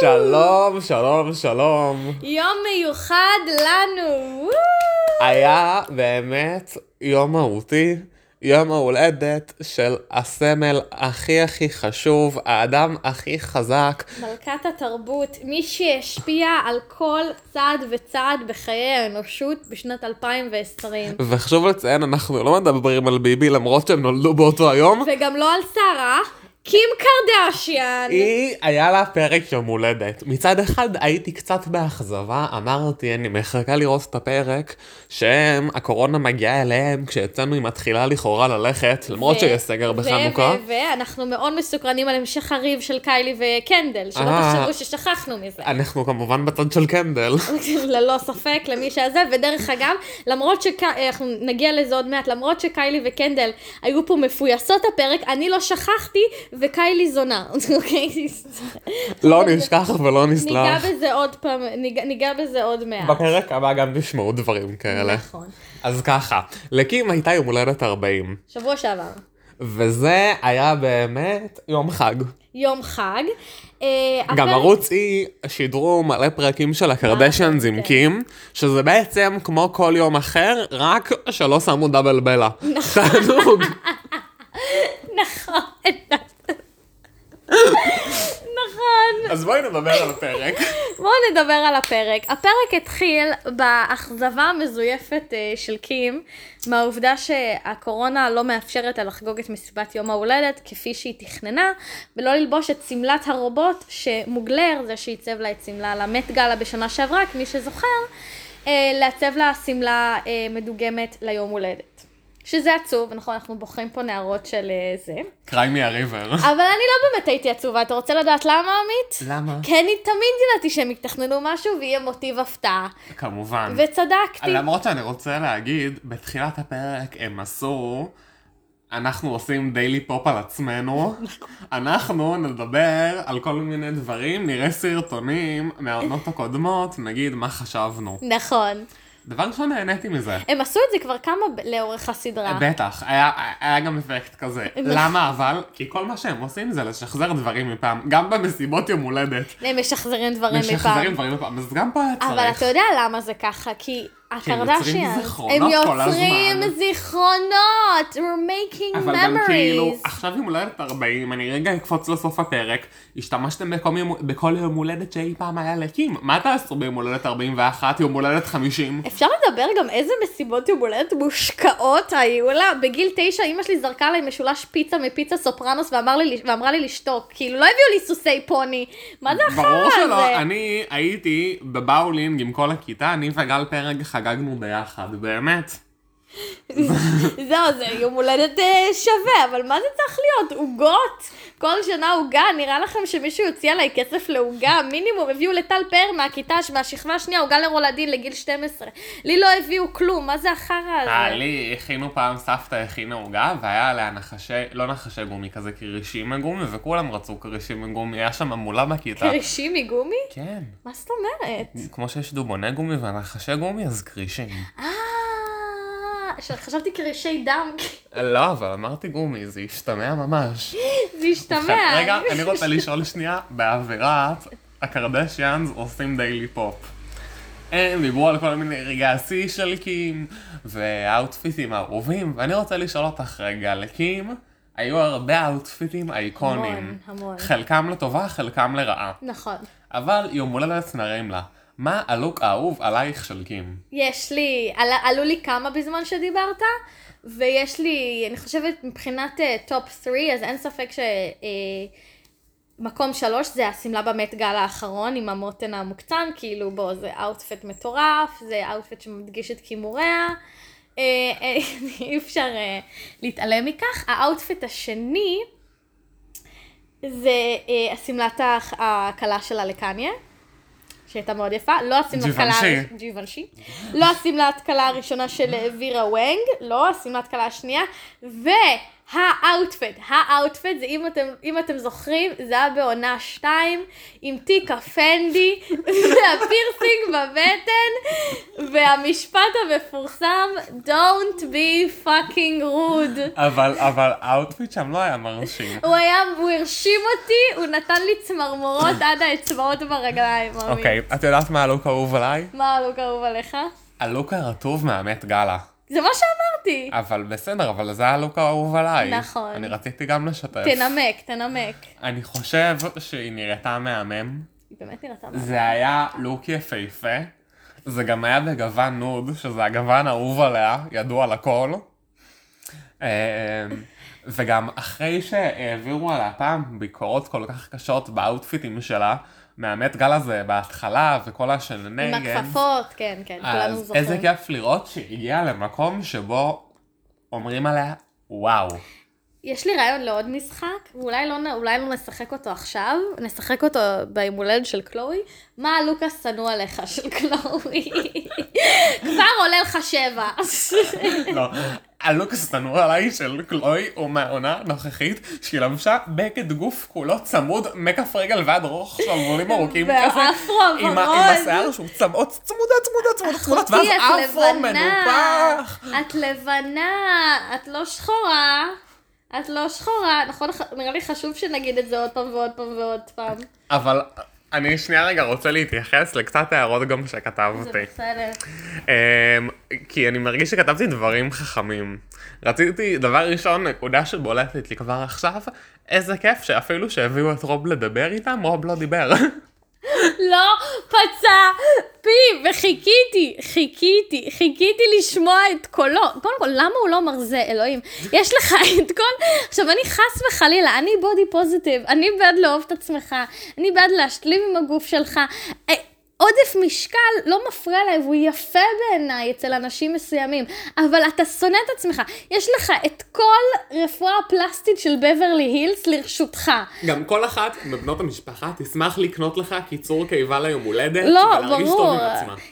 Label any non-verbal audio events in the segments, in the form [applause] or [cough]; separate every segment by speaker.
Speaker 1: שלום, שלום, שלום.
Speaker 2: יום מיוחד לנו! וואו!
Speaker 1: היה באמת יום מהותי, יום ההולדת של הסמל הכי הכי חשוב, האדם הכי חזק.
Speaker 2: מלכת התרבות, מי שהשפיע על כל צעד וצעד בחיי האנושות בשנת 2020.
Speaker 1: וחשוב לציין, אנחנו לא מדברים על ביבי למרות שהם נולדו באותו היום.
Speaker 2: וגם לא על שרה, קים קרדשיאן!
Speaker 1: היא, היה לה פרק יום הולדת. מצד אחד הייתי קצת באכזבה, אמרתי, אני מחכה לראות את הפרק, שהם, הקורונה מגיעה אליהם כשאצלנו היא מתחילה לכאורה ללכת, למרות
Speaker 2: ו-
Speaker 1: שיש סגר
Speaker 2: ו-
Speaker 1: בחנוכה.
Speaker 2: ו- ואנחנו מאוד מסוקרנים על המשך הריב של קיילי וקנדל, שלא
Speaker 1: אה.
Speaker 2: תחשבו ששכחנו מזה.
Speaker 1: אנחנו כמובן בצד של קנדל.
Speaker 2: [laughs] ללא ספק, למי שזה, ודרך אגב, למרות שאנחנו נגיע לזה עוד מעט, למרות שקיילי וקנדל היו פה מפויסות הפרק, אני לא שכחתי, וקיילי זונה, [laughs] אוקיי? [laughs]
Speaker 1: לא נשכח ולא
Speaker 2: ניגע
Speaker 1: נסלח.
Speaker 2: בזה עוד פעם, ניגע- ניגע בזה עוד מעט.
Speaker 1: בפרק הבא גם תשמעו דברים כאלה.
Speaker 2: נכון.
Speaker 1: אז ככה, לקים הייתה יום הולדת 40,
Speaker 2: שבוע שעבר.
Speaker 1: וזה היה באמת יום חג.
Speaker 2: יום חג. אה,
Speaker 1: גם
Speaker 2: הפרק-
Speaker 1: ערוץ E שידרו מלא פרקים של הקרדשן
Speaker 2: כן.
Speaker 1: זמקים, שזה בעצם כמו כל יום אחר, רק שלא שמו דאבל בלה. תענוג.
Speaker 2: [laughs] נכון. נכון.
Speaker 1: אז בואי נדבר על הפרק.
Speaker 2: בואו נדבר על הפרק. הפרק התחיל באכזבה המזויפת אה, של קים מהעובדה שהקורונה לא מאפשרת לה לחגוג את מסיבת יום ההולדת כפי שהיא תכננה, ולא ללבוש את שמלת הרובוט שמוגלר, זה שעיצב לה את שמלה למט גאלה בשנה שעברה, כמי שזוכר, אה, לעצב לה שמלה אה, מדוגמת ליום הולדת. שזה עצוב, נכון, אנחנו בוחרים פה נערות של אה, זה.
Speaker 1: קריי מי הריבר.
Speaker 2: אבל אני לא באמת הייתי עצובה, אתה רוצה לדעת למה, עמית?
Speaker 1: למה?
Speaker 2: כן, אני תמיד ידעתי שהם יתכננו משהו ויהיה מוטיב הפתעה.
Speaker 1: כמובן.
Speaker 2: וצדקתי.
Speaker 1: למרות שאני רוצה להגיד, בתחילת הפרק הם עשו, אנחנו עושים דיילי פופ על
Speaker 2: [laughs]
Speaker 1: עצמנו, אנחנו נדבר על כל מיני דברים, נראה סרטונים מהעונות הקודמות, נגיד מה חשבנו.
Speaker 2: נכון.
Speaker 1: דבר ראשון נהניתי מזה.
Speaker 2: הם עשו את זה כבר כמה ב- לאורך הסדרה.
Speaker 1: בטח, היה, היה גם אפקט כזה.
Speaker 2: אה,
Speaker 1: למה אבל? כי כל מה שהם עושים זה לשחזר דברים מפעם, גם במסיבות יום הולדת.
Speaker 2: הם משחזרים דברים
Speaker 1: משחזרים
Speaker 2: אה, מפעם.
Speaker 1: דברים אה, מפעם, אז גם פה היה צריך.
Speaker 2: אבל אתה יודע למה זה ככה, כי
Speaker 1: יוצרים
Speaker 2: הקרדשיאנס,
Speaker 1: זיכרונות
Speaker 2: הם
Speaker 1: כל
Speaker 2: יוצרים
Speaker 1: הזמן.
Speaker 2: זיכרונות, we're making
Speaker 1: אבל גם כאילו,
Speaker 2: memories.
Speaker 1: עכשיו יום הולדת 40, אני רגע אקפוץ לסוף הפרק, השתמשתם בכל יום- בכל יום הולדת שאי פעם היה לקים. מה תעשו ביום הולדת 41, יום הולדת 50?
Speaker 2: אפשר לדבר גם איזה מסיבות יום הולדת מושקעות היו לה? בגיל תשע אימא שלי זרקה עליי משולש פיצה מפיצה סופרנוס ואמר לי, ואמרה לי לשתוק. כאילו לא הביאו לי סוסי פוני. מה זה החרא הזה?
Speaker 1: ברור שלא, אני הייתי בבאולינג עם כל הכיתה, אני וגל פרג חגגנו ביחד, באמת.
Speaker 2: [laughs] זהו, זה יום הולדת אה, שווה, אבל מה זה צריך להיות? עוגות? כל שנה עוגה, נראה לכם שמישהו יוציא עליי כסף לעוגה? מינימום, הביאו לטל פאר מהכיתה, מהשכבה השנייה, עוגה לרולדין לגיל 12. לי לא הביאו כלום, מה זה החרא
Speaker 1: אה,
Speaker 2: הזה?
Speaker 1: לי הכינו פעם, סבתא הכינה עוגה, והיה עליה נחשי, לא נחשי גומי, כזה קרישים מגומי, וכולם רצו קרישים מגומי, היה שם המולה בכיתה.
Speaker 2: קרישים מגומי?
Speaker 1: כן.
Speaker 2: מה זאת אומרת?
Speaker 1: כמו שיש דובוני גומי ונחשי גומי, אז קרישים.
Speaker 2: אה, ש- חשבתי קרישי דם, [laughs]
Speaker 1: לא, אבל אמרתי גומי, זה השתמע ממש.
Speaker 2: זה השתמע.
Speaker 1: עכשיו, [laughs] רגע, אני רוצה לשאול שנייה, באווירת הקרדשיאנס עושים דיילי פופ. הם דיברו על כל מיני רגעי השיא של קים, והאוטפיטים אהובים, ואני רוצה לשאול אותך רגע, לקים היו הרבה האוטפיטים אייקונים.
Speaker 2: המון, המון.
Speaker 1: חלקם לטובה, חלקם לרעה.
Speaker 2: נכון.
Speaker 1: אבל יום הולדת נרים לה. מה הלוק האהוב עלייך של קים?
Speaker 2: יש לי, עלה, עלו לי כמה בזמן שדיברת, ויש לי, אני חושבת מבחינת טופ uh, 3, אז אין ספק ש... Uh, מקום שלוש זה השמלה במט גל האחרון עם המותן המוקצן, כאילו בוא, זה אאוטפט מטורף, זה אאוטפט שמדגיש את כימוריה, אה, אה, [laughs] אי אפשר אה, להתעלם מכך. האאוטפט השני זה אה, השמלת הח- הקלה שלה לקניה, שהייתה מאוד יפה, לא השמלת קלה...
Speaker 1: ג'יוונשי.
Speaker 2: ג'יוונשי. לא השמלת קלה הראשונה של אה, וירה וונג, לא השמלת קלה השנייה, האאוטפט, האאוטפט זה אם אתם, אם אתם זוכרים, זה היה בעונה 2 עם תיק הפנדי [laughs] והפירסינג בבטן והמשפט המפורסם Don't be fucking rude.
Speaker 1: אבל, אבל האוטפיט שם לא היה מרשים.
Speaker 2: הוא היה, הוא הרשים אותי, הוא נתן לי צמרמורות עד האצבעות ברגליים, מאמי.
Speaker 1: אוקיי, את יודעת מה הלוק האהוב עליי?
Speaker 2: מה הלוק האהוב עליך?
Speaker 1: הלוק הרטוב מהמת גאלה.
Speaker 2: זה מה שאמרתי.
Speaker 1: אבל בסדר, אבל זה הלוק האהוב עליי.
Speaker 2: נכון.
Speaker 1: אני רציתי גם לשתף.
Speaker 2: תנמק, תנמק.
Speaker 1: אני חושב שהיא נראתה מהמם.
Speaker 2: היא באמת נראתה מה.
Speaker 1: זה היה לוק יפהפה. זה גם היה בגוון נוד, שזה הגוון האהוב עליה, ידוע לכל. אה, וגם אחרי שהעבירו עליה פעם ביקורות כל כך קשות באאוטפיטים שלה, מהמת גל הזה בהתחלה וכל
Speaker 2: עם
Speaker 1: השננגן.
Speaker 2: הכפפות, כן, כן, כולנו
Speaker 1: אה, אז
Speaker 2: זוכרים.
Speaker 1: איזה כיף לראות שהיא הגיעה למקום שבו אומרים עליה, וואו.
Speaker 2: יש לי רעיון לעוד משחק, ואולי לא, נ- אולי לא נשחק אותו עכשיו, נשחק אותו ביום הולדת של קלואי. מה הלוק השנוא עליך של קלואי? [laughs] כבר עולה לך שבע.
Speaker 1: לא, הלוק השנוא עליי של קלוי הוא מהעונה הנוכחית שהיא לבשה בגד גוף כולו צמוד מכף רגל ועד ראש שרוולים
Speaker 2: [laughs]
Speaker 1: ארוכים כזה.
Speaker 2: והאפרו
Speaker 1: עם ה- עם
Speaker 2: הוורוד.
Speaker 1: השיער שהוא צמוד, צמודה, צמודה, צמודה, צמודה, ואז
Speaker 2: אחותי, את
Speaker 1: אפרו
Speaker 2: לבנה.
Speaker 1: מנופח.
Speaker 2: את לבנה, את לא שחורה. את לא שחורה, נכון? ח- נראה לי חשוב שנגיד את זה עוד פעם ועוד פעם ועוד פעם.
Speaker 1: אבל אני שנייה רגע רוצה להתייחס לקצת הערות גם
Speaker 2: זה
Speaker 1: שכתבתי.
Speaker 2: בסדר.
Speaker 1: אמ, כי אני מרגיש שכתבתי דברים חכמים. רציתי, דבר ראשון, נקודה שבולטת לי כבר עכשיו, איזה כיף שאפילו שהביאו את רוב לדבר איתם, רוב לא דיבר. [laughs]
Speaker 2: לא פצע פי, וחיכיתי, חיכיתי, חיכיתי לשמוע את קולו. קודם כל, למה הוא לא מרזה, אלוהים? יש לך את כל... עכשיו, אני חס וחלילה, אני בודי פוזיטיב, אני בעד לאהוב את עצמך, אני בעד להשלים עם הגוף שלך. אה, עודף משקל לא מפריע להם, הוא יפה בעיניי אצל אנשים מסוימים, אבל אתה שונא את עצמך. יש לך את כל רפואה הפלסטית של בברלי הילס לרשותך.
Speaker 1: גם כל אחת מבנות המשפחה תשמח לקנות לך קיצור קיבה ליום הולדת,
Speaker 2: לא, ברור.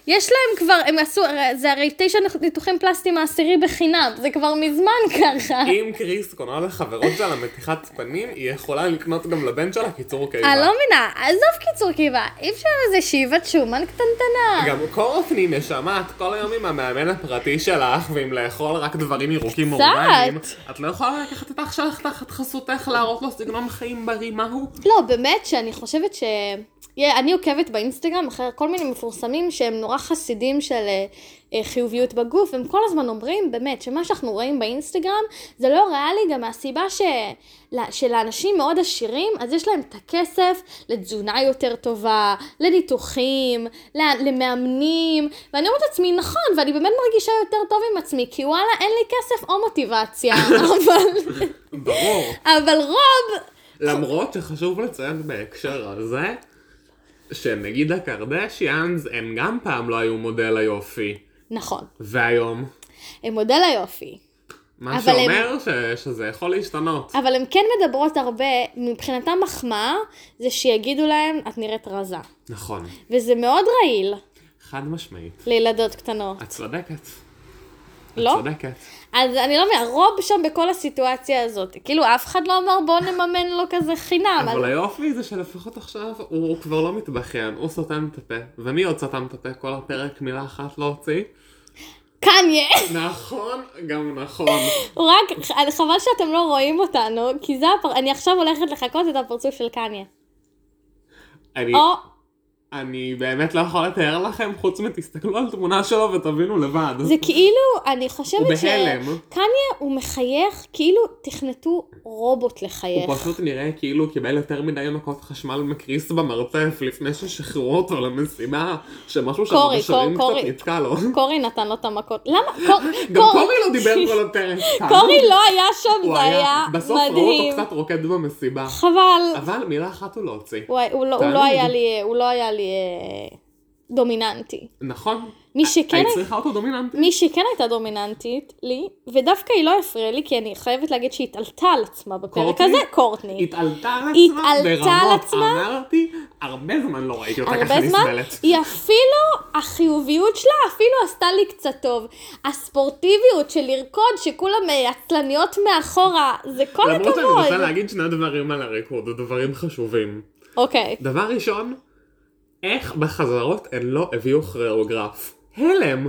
Speaker 2: יש להם כבר, הם עשו, הרי- זה הרי תשע ניתוחים פלסטיים העשירי בחינם, זה כבר מזמן ככה.
Speaker 1: אם קריס קונה לחברות שלה מתיחת פנים, היא יכולה לקנות גם לבן שלה קיצור קיבה.
Speaker 2: אני לא מבינה, עזוב קיצור קיבה, אי אפשר איזה שאיבת שומן קטנטנה.
Speaker 1: גם קורטני, נשמה, את כל היום עם המאמן הפרטי שלך, ועם לאכול רק דברים ירוקים
Speaker 2: קצת.
Speaker 1: אורגניים, את לא יכולה לקחת את אח שלך תחת חסותך, להראות לו סגנון חיים בריא מהו?
Speaker 2: לא, באמת שאני חושבת ש... יה- אני עוקבת באינסטגרם אחרי כל מיני מפורסמים שהם נורא חסידים של אה, אה, חיוביות בגוף, הם כל הזמן אומרים, באמת, שמה שאנחנו רואים באינסטגרם זה לא ריאלי גם מהסיבה ש... לה- שלאנשים מאוד עשירים, אז יש להם את הכסף לתזונה יותר טובה, לניתוחים, ל- למאמנים, ואני אומרת לעצמי, נכון, ואני באמת מרגישה יותר טוב עם עצמי, כי וואלה, אין לי כסף או מוטיבציה, [laughs] אבל,
Speaker 1: ברור.
Speaker 2: אבל רוב
Speaker 1: למרות שחשוב לציין בהקשר הזה, שנגיד הקרדשיאנס, הם גם פעם לא היו מודל היופי,
Speaker 2: נכון,
Speaker 1: והיום.
Speaker 2: הם מודל היופי.
Speaker 1: מה
Speaker 2: אבל הם-
Speaker 1: שאומר ש... שזה יכול להשתנות.
Speaker 2: אבל הן כן מדברות הרבה, מבחינתן מחמאה, זה שיגידו להן, את נראית רזה.
Speaker 1: נכון.
Speaker 2: וזה מאוד רעיל
Speaker 1: חד משמעית.
Speaker 2: לילדות קטנות,
Speaker 1: את צודקת.
Speaker 2: לא?
Speaker 1: את צודקת.
Speaker 2: אז אני לא מבינה, רוב שם בכל הסיטואציה הזאת. כאילו, אף אחד לא אמר בוא נממן לו כזה חינם.
Speaker 1: אבל
Speaker 2: אבל...
Speaker 1: היופי זה שלפחות עכשיו הוא כבר לא מתבכיין, הוא סותם את הפה. ומי עוד סתם את הפה? כל הפרק מילה אחת לא הוציא.
Speaker 2: קניה!
Speaker 1: נכון, גם נכון.
Speaker 2: רק, חבל שאתם לא רואים אותנו, כי זה הפר... אני עכשיו הולכת לחכות את הפרצוף של קניה.
Speaker 1: אני,
Speaker 2: או,
Speaker 1: אני באמת לא יכול לתאר לכם, חוץ מתסתכלו על תמונה שלו ותבינו לבד.
Speaker 2: זה כאילו, אני
Speaker 1: הוא
Speaker 2: חושבת ש...
Speaker 1: בהלם.
Speaker 2: קניה הוא מחייך, כאילו תכנתו רובוט לחייך.
Speaker 1: הוא פשוט נראה כאילו הוא קיבל יותר מדי מכות חשמל מקריס במרצף לפני ששחררו אותו למסיבה, שמשהו שם
Speaker 2: קורי,
Speaker 1: בשרים
Speaker 2: קור-
Speaker 1: קצת
Speaker 2: קורי.
Speaker 1: נתקע לו.
Speaker 2: קורי נתן לו את המכות.
Speaker 1: [laughs]
Speaker 2: למה? קור...
Speaker 1: גם קורי לא דיבר כל הפרק.
Speaker 2: [laughs] קורי לא היה שם,
Speaker 1: הוא
Speaker 2: זה היה
Speaker 1: בסוף ראו
Speaker 2: מדהים.
Speaker 1: אותו קצת רוקד במסיבה.
Speaker 2: חבל.
Speaker 1: אבל מילה אחת הוא לא הוציא.
Speaker 2: הוא היה- הוא לא- הוא
Speaker 1: תענוג.
Speaker 2: לא היה לי, הוא לא היה לי אה, דומיננטי.
Speaker 1: נכון.
Speaker 2: מי שכן,
Speaker 1: היית צריכה אותו דומיננטי.
Speaker 2: מי שכן הייתה דומיננטית לי, ודווקא היא לא הפריעה לי, כי אני חייבת להגיד שהיא התעלתה על עצמה בפרק
Speaker 1: קורטני?
Speaker 2: הזה, קורטני.
Speaker 1: התעלתה על עצמה
Speaker 2: התעלתה אה, על
Speaker 1: ברמות,
Speaker 2: עצמה?
Speaker 1: אמרתי, הרבה זמן לא ראיתי אותה ככה
Speaker 2: הרבה זמן,
Speaker 1: נסבלת.
Speaker 2: היא אפילו, החיוביות שלה אפילו עשתה לי קצת טוב. הספורטיביות של לרקוד, שכולם אה, עצלניות מאחורה, זה כל
Speaker 1: למרות שאני רוצה
Speaker 2: הכבוד.
Speaker 1: להגיד שני דברים על הריקוד, דברים חשובים.
Speaker 2: אוקיי,
Speaker 1: דבר ראשון, איך בחזרות הן לא הביאו כריאוגרף? הלם.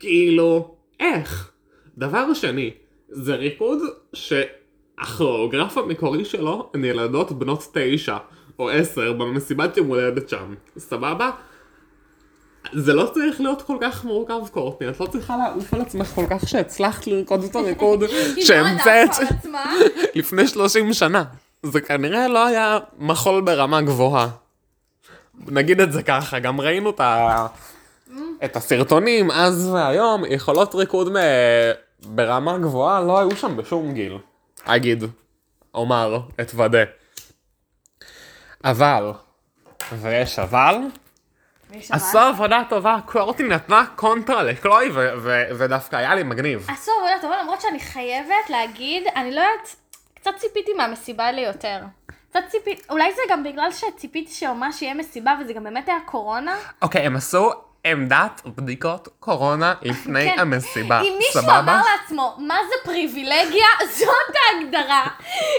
Speaker 1: כאילו, איך? דבר שני, זה ריקוד שהכריאוגרף המקורי שלו הן ילדות בנות תשע או עשר במסיבת יום הולדת שם. סבבה? זה לא צריך להיות כל כך מורכב קורטני, את לא צריכה לעוף על עצמך כל כך שהצלחת לרקוד את הריקוד
Speaker 2: לא
Speaker 1: שהמצאת. [laughs] לפני 30 שנה. זה כנראה לא היה מחול ברמה גבוהה. נגיד את זה ככה, גם ראינו את, ה... את הסרטונים אז והיום, יכולות ריקוד מ... ברמה גבוהה לא היו שם בשום גיל. אגיד, אומר, אתוודה. אבל, ויש אבל, עשו עבודה טובה, קורטי נתנה קונטרה לקלוי, ו- ו- ודווקא היה לי מגניב.
Speaker 2: עשו עבודה טובה, למרות שאני חייבת להגיד, אני לא יודעת, קצת ציפיתי מהמסיבה ליותר. קצת ציפיתי, אולי זה גם בגלל שציפיתי שממש יהיה מסיבה, וזה גם באמת היה קורונה.
Speaker 1: אוקיי, הם עשו עמדת בדיקות קורונה לפני
Speaker 2: כן.
Speaker 1: המסיבה,
Speaker 2: אם מישהו אמר
Speaker 1: סבבה?
Speaker 2: לעצמו, מה זה פריבילגיה, [laughs] זאת ההגדרה.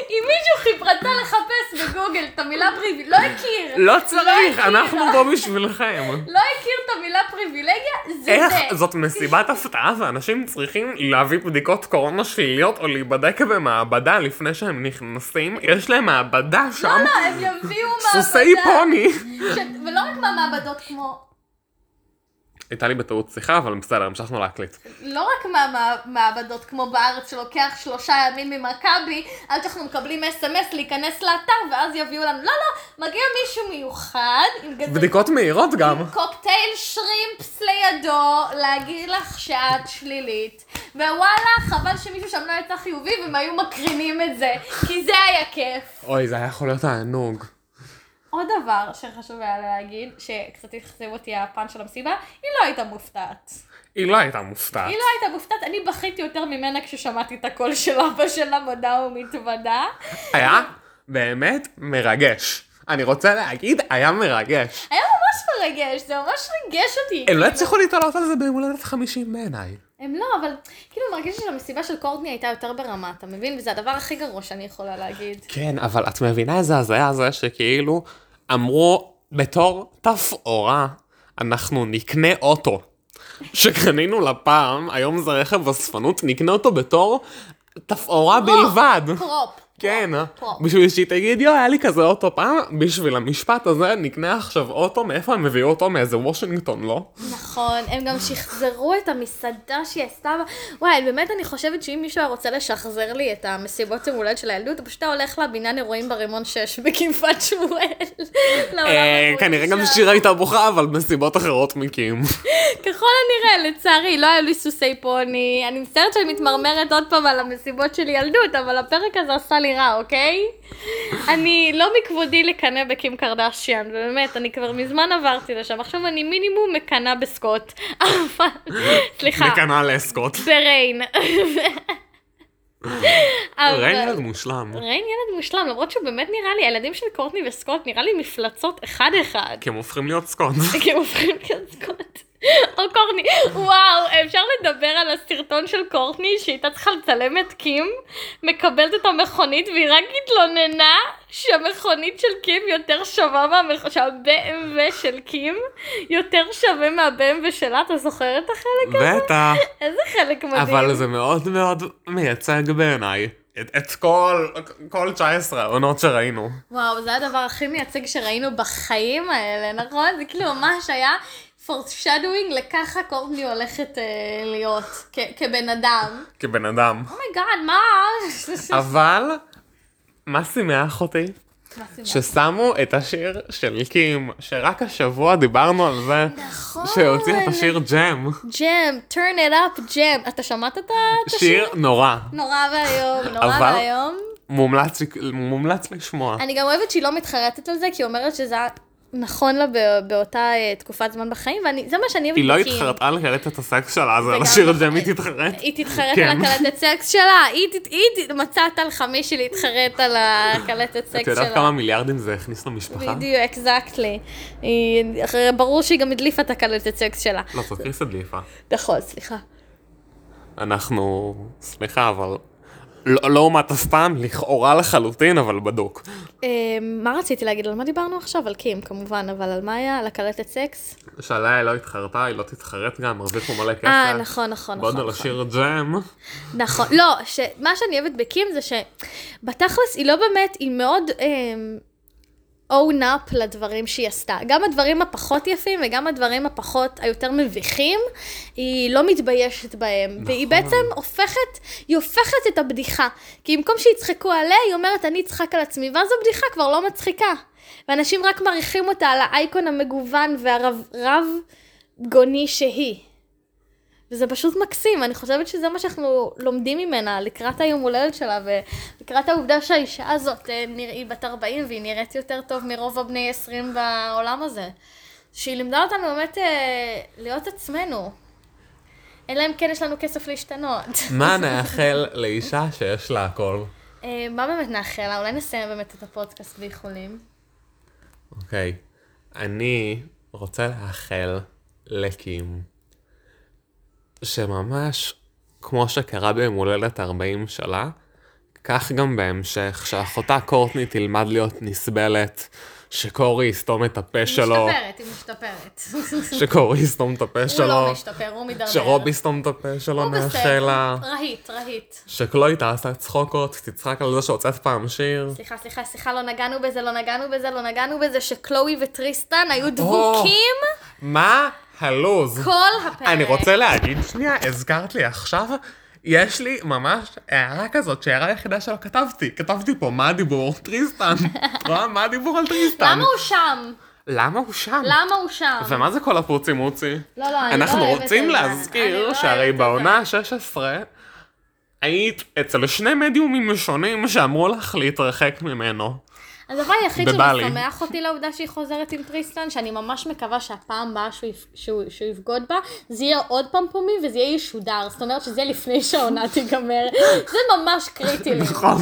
Speaker 2: אם מישהו רצה לחפש בגוגל את המילה פריבילגיה, לא הכיר.
Speaker 1: לא צריך,
Speaker 2: לא,
Speaker 1: אנחנו
Speaker 2: לא.
Speaker 1: פה בשבילכם.
Speaker 2: לא הכיר את המילה פריבילגיה, זה
Speaker 1: איך
Speaker 2: זה.
Speaker 1: זאת מסיבת הפתעה ואנשים צריכים להביא בדיקות קורונה שליליות או להיבדק במעבדה לפני שהם נכנסים? יש להם מעבדה
Speaker 2: לא,
Speaker 1: שם,
Speaker 2: לא, הם יביאו מעבדה.
Speaker 1: סוסי פוני.
Speaker 2: ש- ולא רק מהמעבדות כמו...
Speaker 1: הייתה לי בטעות שיחה, אבל בסדר, המשכנו להקליט.
Speaker 2: לא רק מהמעבדות כמו בארץ שלוקח שלושה ימים ממכבי, עד שאנחנו מקבלים אס.אם.אס להיכנס לאתר ואז יביאו לנו, לא לא, מגיע מישהו מיוחד עם גדול,
Speaker 1: בדיקות מהירות גם.
Speaker 2: קוקטייל שרימפס לידו, להגיד לך שאת שלילית, ווואלה חבל שמישהו שם לא יצא חיובי והם היו מקרינים את זה, כי זה היה כיף.
Speaker 1: אוי, זה היה יכול להיות תענוג.
Speaker 2: עוד דבר שחשוב היה להגיד, שקצת אכזב אותי הפן של המסיבה, היא לא הייתה מופתעת.
Speaker 1: היא לא הייתה מופתעת.
Speaker 2: היא לא הייתה מופתעת, אני בכיתי יותר ממנה כששמעתי את הקול של אבא שלה מודה ומתוודה.
Speaker 1: היה באמת מרגש. אני רוצה להגיד, היה מרגש.
Speaker 2: היה ממש מרגש, זה ממש ריגש אותי. כאילו.
Speaker 1: הם לא הצליחו להתעלות על זה ביום הולדת 50 בעיניי.
Speaker 2: הם לא, אבל כאילו מרגיש שהמסיבה של קורטני הייתה יותר ברמה, אתה מבין? וזה הדבר הכי גרוע שאני יכולה להגיד.
Speaker 1: כן, אבל את מבינה איזה הזיה זה שכאילו אמרו, בתור תפאורה, אנחנו נקנה אוטו. שקנינו לפעם, היום זה רכב אספנות, נקנה אותו בתור תפאורה בלבד.
Speaker 2: פרופ.
Speaker 1: כן,
Speaker 2: פרופ.
Speaker 1: בשביל שהיא תגיד, יו, היה לי כזה אוטו פעם, בשביל המשפט הזה נקנה עכשיו אוטו, מאיפה הם הביאו אותו? מאיזה וושינגטון, לא?
Speaker 2: נכון, הם גם שחזרו את המסעדה שהיא עשתה. וואי, באמת אני חושבת שאם מישהו היה רוצה לשחזר לי את המסיבות יום הולדת של הילדות, אתה פשוט היה הולך לבניין אירועים ברימון 6 בגבעת שמואל. [laughs] לעולם
Speaker 1: אה,
Speaker 2: הרבוי
Speaker 1: כנראה גם
Speaker 2: שם.
Speaker 1: שירה הייתה בוכה, אבל מסיבות אחרות מקים.
Speaker 2: ככל הנראה, לצערי, לא היו לי סוסי פוני. אני מצטערת שאני מתמרמרת עוד פעם על המסיבות של ילדות, אבל הפרק הזה עשה לי רע, אוקיי? אני לא מכבודי לקנא בקים קרדשיאן, ובאמת, אני כבר מזמן עברתי לשם. עכשיו אני מינימום מקנאה בסקוט. [laughs] אבל- סליחה,
Speaker 1: וכנ"ל לסקוט.
Speaker 2: בריין. אבל-
Speaker 1: ריין ילד מושלם.
Speaker 2: ריין ילד מושלם, למרות שהוא באמת נראה לי, הילדים של קורטני וסקוט נראה לי מפלצות אחד-אחד.
Speaker 1: כי הם הופכים
Speaker 2: [laughs]
Speaker 1: להיות סקוט.
Speaker 2: כי הם הופכים קצקות. או קורטני, וואו, אפשר לדבר על הסרטון של קורטני שהייתה צריכה לצלם את קים, מקבלת את המכונית והיא רק התלוננה שהמכונית של קים יותר שווה מהמכ... שה-BMW של קים יותר שווה מה-BMW שלה, אתה זוכר את החלק?
Speaker 1: בטח.
Speaker 2: איזה חלק מדהים.
Speaker 1: אבל זה מאוד מאוד מייצג בעיניי את, את כל, כל 19 העונות שראינו.
Speaker 2: וואו, זה הדבר הכי מייצג שראינו בחיים האלה, נכון? זה כאילו ממש היה foreshadowing לככה קורטני הולכת אה, להיות כ- כבן אדם.
Speaker 1: כבן
Speaker 2: [laughs]
Speaker 1: אדם.
Speaker 2: Oh אומייגאד,
Speaker 1: [laughs]
Speaker 2: מה?
Speaker 1: אבל, מה שימח אותי? ששמו את השיר של קים, שרק השבוע דיברנו על זה,
Speaker 2: נכון.
Speaker 1: שהוציאה את השיר ג'ם.
Speaker 2: ג'ם, turn it up, ג'ם. אתה שמעת את ה- את השיר?
Speaker 1: שיר נורא.
Speaker 2: נורא ואיום, נורא
Speaker 1: אבל-
Speaker 2: ואיום.
Speaker 1: מומלץ, מומלץ לשמוע.
Speaker 2: אני גם אוהבת שהיא לא מתחרטת על זה, כי היא אומרת שזה נכון לה בא- באותה אה, תקופת זמן בחיים, וזה מה שאני אוהבת.
Speaker 1: היא לא
Speaker 2: כי-
Speaker 1: התחרטה על קלטת הסקס שלה, אז
Speaker 2: זה
Speaker 1: על
Speaker 2: גם-
Speaker 1: השיר הזה מי תתחרט?
Speaker 2: היא תתחרט
Speaker 1: כן.
Speaker 2: על הקלטת סקס שלה, היא תת- היא תת- מצאה את הלחמי שלי להתחרט על הקלטת סקס שלה.
Speaker 1: את יודעת כמה מיליארדים זה הכניס למשפחה?
Speaker 2: בדיוק, אקזקטלי. ברור שהיא גם הדליפה את הקלטת סקס שלה.
Speaker 1: לא, זאת קריס הדליפה.
Speaker 2: נכון, סליחה.
Speaker 1: אנחנו... סליחה, אבל... לא לא אומת אף פעם, לכאורה לחלוטין, אבל בדוק.
Speaker 2: אה, מה רציתי להגיד? על מה דיברנו עכשיו? על קים כמובן, אבל על מה היה? על הקלטת סקס?
Speaker 1: שעליה היא לא התחרטה, היא לא תתחרט גם, הרוויחו מלא כסף.
Speaker 2: אה, נכון, נכון,
Speaker 1: בעוד
Speaker 2: נכון,
Speaker 1: על
Speaker 2: נכון.
Speaker 1: השיר ג'ם,
Speaker 2: נכון. לא, ש- מה שאני אוהבת בקים זה שבתכלס היא לא באמת, היא מאוד אמ, own up לדברים שהיא עשתה. גם הדברים הפחות יפים וגם הדברים הפחות היותר מביכים, היא לא מתביישת בהם. נכון. והיא
Speaker 1: נכון.
Speaker 2: בעצם הופכת, היא הופכת את הבדיחה. כי במקום שיצחקו עליה, היא אומרת, אני אצחק על עצמי, ואז הבדיחה כבר לא מצחיקה. ואנשים רק מעריכים אותה על האייקון המגוון והרב גוני שהיא. וזה פשוט מקסים, אני חושבת שזה מה שאנחנו לומדים ממנה לקראת היום הולדת שלה ולקראת העובדה שהאישה הזאת אה, נרא- היא בת 40 והיא נראית יותר טוב מרוב הבני 20 בעולם הזה. שהיא לימדה אותנו באמת אה, להיות עצמנו. אלא אם כן יש לנו כסף להשתנות.
Speaker 1: מה נאחל לאישה שיש לה הכל?
Speaker 2: אה, מה באמת נאחל לה? אולי נסיים באמת את הפודקאסט באיחולים.
Speaker 1: אוקיי. אני רוצה לאחל לקים, שממש כמו שקרה ביום הולדת 40 שלה, כך גם בהמשך, שאחותה קורטני תלמד להיות נסבלת, שקורי יסתום את הפה
Speaker 2: היא
Speaker 1: שלו,
Speaker 2: משתפרת, היא משתפרת.
Speaker 1: שקורי יסתום את הפה
Speaker 2: הוא
Speaker 1: שלו,
Speaker 2: לא משתפר, הוא מידרדר.
Speaker 1: שרוב יסתום את הפה שלו,
Speaker 2: הוא
Speaker 1: נאחל
Speaker 2: בסדר,
Speaker 1: לה,
Speaker 2: רהיט, רהיט.
Speaker 1: שקלוי תעשה צחוקות, תצחק על זה שהוצאת פעם שיר.
Speaker 2: סליחה, סליחה, סליחה, לא נגענו בזה, לא נגענו בזה, לא נגענו בזה, שקלואי וטריסטן היו דבוקים
Speaker 1: מה הלו"ז?
Speaker 2: כל הפרק.
Speaker 1: אני רוצה להגיד, שנייה, הזכרת לי עכשיו, יש לי ממש הערה כזאת, שההערה היחידה שלא כתבתי. כתבתי פה, מה הדיבור? טריסטן. את רואה? מה הדיבור על טריסטן?
Speaker 2: למה הוא שם?
Speaker 1: למה הוא שם?
Speaker 2: למה הוא שם?
Speaker 1: ומה זה כל הפוצי מוצי?
Speaker 2: לא, לא, אני
Speaker 1: אנחנו
Speaker 2: לא אוהבת
Speaker 1: רוצים
Speaker 2: את זה. אני
Speaker 1: להזכיר
Speaker 2: לא אוהבת
Speaker 1: שהרי
Speaker 2: את זה.
Speaker 1: בעונה ה-16 היית אצל שני מדיומים שונים שאמרו לך
Speaker 2: [laughs]
Speaker 1: להתרחק ממנו.
Speaker 2: הדבר היחיד
Speaker 1: בבלי.
Speaker 2: שמשמח אותי לעובדה שהיא חוזרת עם טריסטן, שאני ממש מקווה שהפעם הבאה שהוא יפ- שהוא שהוא יבגוד בה, זה יהיה עוד פעם פומי וזה יהיה ישודר. זאת אומרת שזה יהיה לפני שהעונה
Speaker 1: [laughs]
Speaker 2: תיגמר. זה ממש קריטי לי.
Speaker 1: נכון,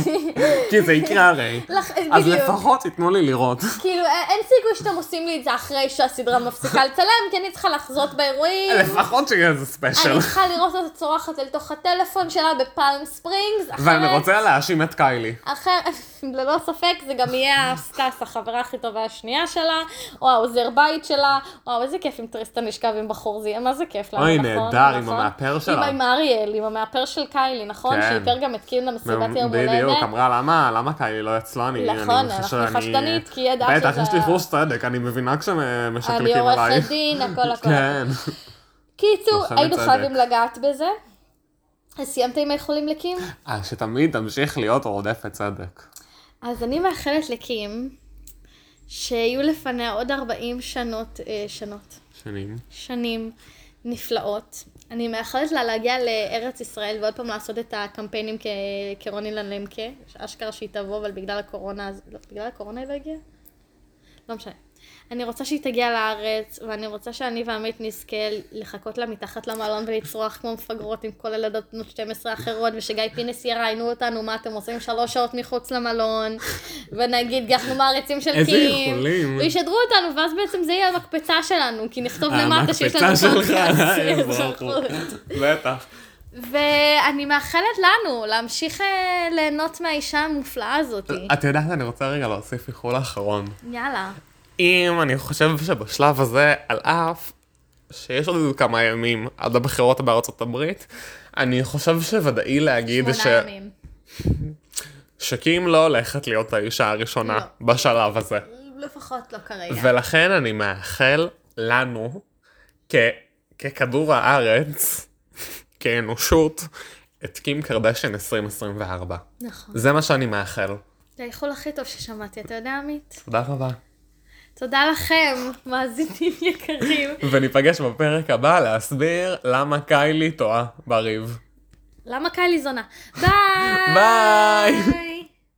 Speaker 1: כי זה יקרה הרי.
Speaker 2: לח- [laughs]
Speaker 1: אז
Speaker 2: בדיוק.
Speaker 1: לפחות תיתנו לי
Speaker 2: [laughs]
Speaker 1: לראות.
Speaker 2: כאילו, אה, אין סיכוי שאתם עושים לי את זה אחרי שהסדרה מפסיקה לצלם, כי אני צריכה לחזות באירועים.
Speaker 1: לפחות שיהיה איזה
Speaker 2: אני
Speaker 1: ספיישל.
Speaker 2: צריכה לראות אותה צורחת אל תוך הטלפון שלה בפלם ספרינגס, אחרת,
Speaker 1: ואני רוצה להאשים את קיילי.
Speaker 2: אחרת, [laughs] ללא ספק זה גם יהיה סטס, החברה הכי טובה השנייה שלה, או העוזר בית שלה, וואו איזה כיף אם טריסטן ישכב עם בחור, זה יהיה מה זה כיף לנו,
Speaker 1: אוי,
Speaker 2: נכון?
Speaker 1: נהדר, עם
Speaker 2: נכון?
Speaker 1: המאפר
Speaker 2: עם,
Speaker 1: שלה.
Speaker 2: עם אריאל, עם המאפר של קיילי, נכון?
Speaker 1: כן.
Speaker 2: שאיפר גם את קים למסיבת יום
Speaker 1: בדיוק,
Speaker 2: הולדת.
Speaker 1: אמרה למה, למה קיילי לא יצלני?
Speaker 2: נכון,
Speaker 1: אני
Speaker 2: אנחנו
Speaker 1: חושבת שאני-
Speaker 2: חשדנית, כי היא ידעה
Speaker 1: בטח,
Speaker 2: שזה
Speaker 1: יש לי
Speaker 2: ה-
Speaker 1: חוש צדק, אני מבינה
Speaker 2: אני
Speaker 1: כשמשקלקים עליי.
Speaker 2: עורכת דין, הכל הכל.
Speaker 1: כן.
Speaker 2: קיצור,
Speaker 1: לוחמת
Speaker 2: היינו
Speaker 1: צדק.
Speaker 2: חייבים לגעת בזה. אז סיימת עם האיחולים לקים?
Speaker 1: אה, שתמיד תמשיך להיות רודפת צדק.
Speaker 2: אז אני מאחלת לקים שיהיו לפניה עוד 40 שנות, אה, שנות,
Speaker 1: שנים.
Speaker 2: שנים נפלאות. אני מאחלת לה להגיע לארץ ישראל ועוד פעם לעשות את הקמפיינים כ- כרוני ללמקה, אשכרה שהיא תבוא, אבל בגלל הקורונה, אז- לא, בגלל הקורונה היא לא הגיעה? לא משנה. אני רוצה שהיא תגיע לארץ, ואני רוצה שאני ועמית נזכה לחכות לה מתחת למעלון ולצרוח כמו מפגרות עם כל הילדות בנות 12 האחרות, ושגיא פינס יראיינו אותנו, מה אתם עושים שלוש שעות מחוץ למלון, ונגיד, אנחנו מעריצים של
Speaker 1: איזה
Speaker 2: קים.
Speaker 1: איחולים.
Speaker 2: וישדרו אותנו, ואז בעצם זה יהיה המקפצה שלנו, כי נכתוב למטה שיש לנו
Speaker 1: המקפצה אה, שלך, אה,
Speaker 2: [laughs] פודקאסט.
Speaker 1: אזרחות. בטח.
Speaker 2: נכון. ואני מאחלת לנו להמשיך אה, ליהנות מהאישה המופלאה הזאת.
Speaker 1: את יודעת, אני רוצה רגע להוסיף איחול אחרון.
Speaker 2: יאללה.
Speaker 1: אם אני חושב שבשלב הזה, על אף שיש עוד איזה כמה ימים עד הבחירות בארצות הברית, אני חושב שוודאי להגיד ש...
Speaker 2: שמונה ימים.
Speaker 1: שקים לא הולכת להיות האישה הראשונה
Speaker 2: לא.
Speaker 1: בשלב הזה.
Speaker 2: לפחות לא כרגע.
Speaker 1: ולכן אני מאחל לנו, כ... ככדור הארץ, [laughs] כאנושות, את קים קרדשן 2024.
Speaker 2: נכון.
Speaker 1: זה מה שאני מאחל.
Speaker 2: זה האיחול הכי טוב ששמעתי, אתה יודע עמית?
Speaker 1: תודה רבה.
Speaker 2: תודה לכם, מאזינים יקרים.
Speaker 1: וניפגש בפרק הבא להסביר למה קיילי טועה בריב.
Speaker 2: למה קיילי זונה? ביי!
Speaker 1: ביי!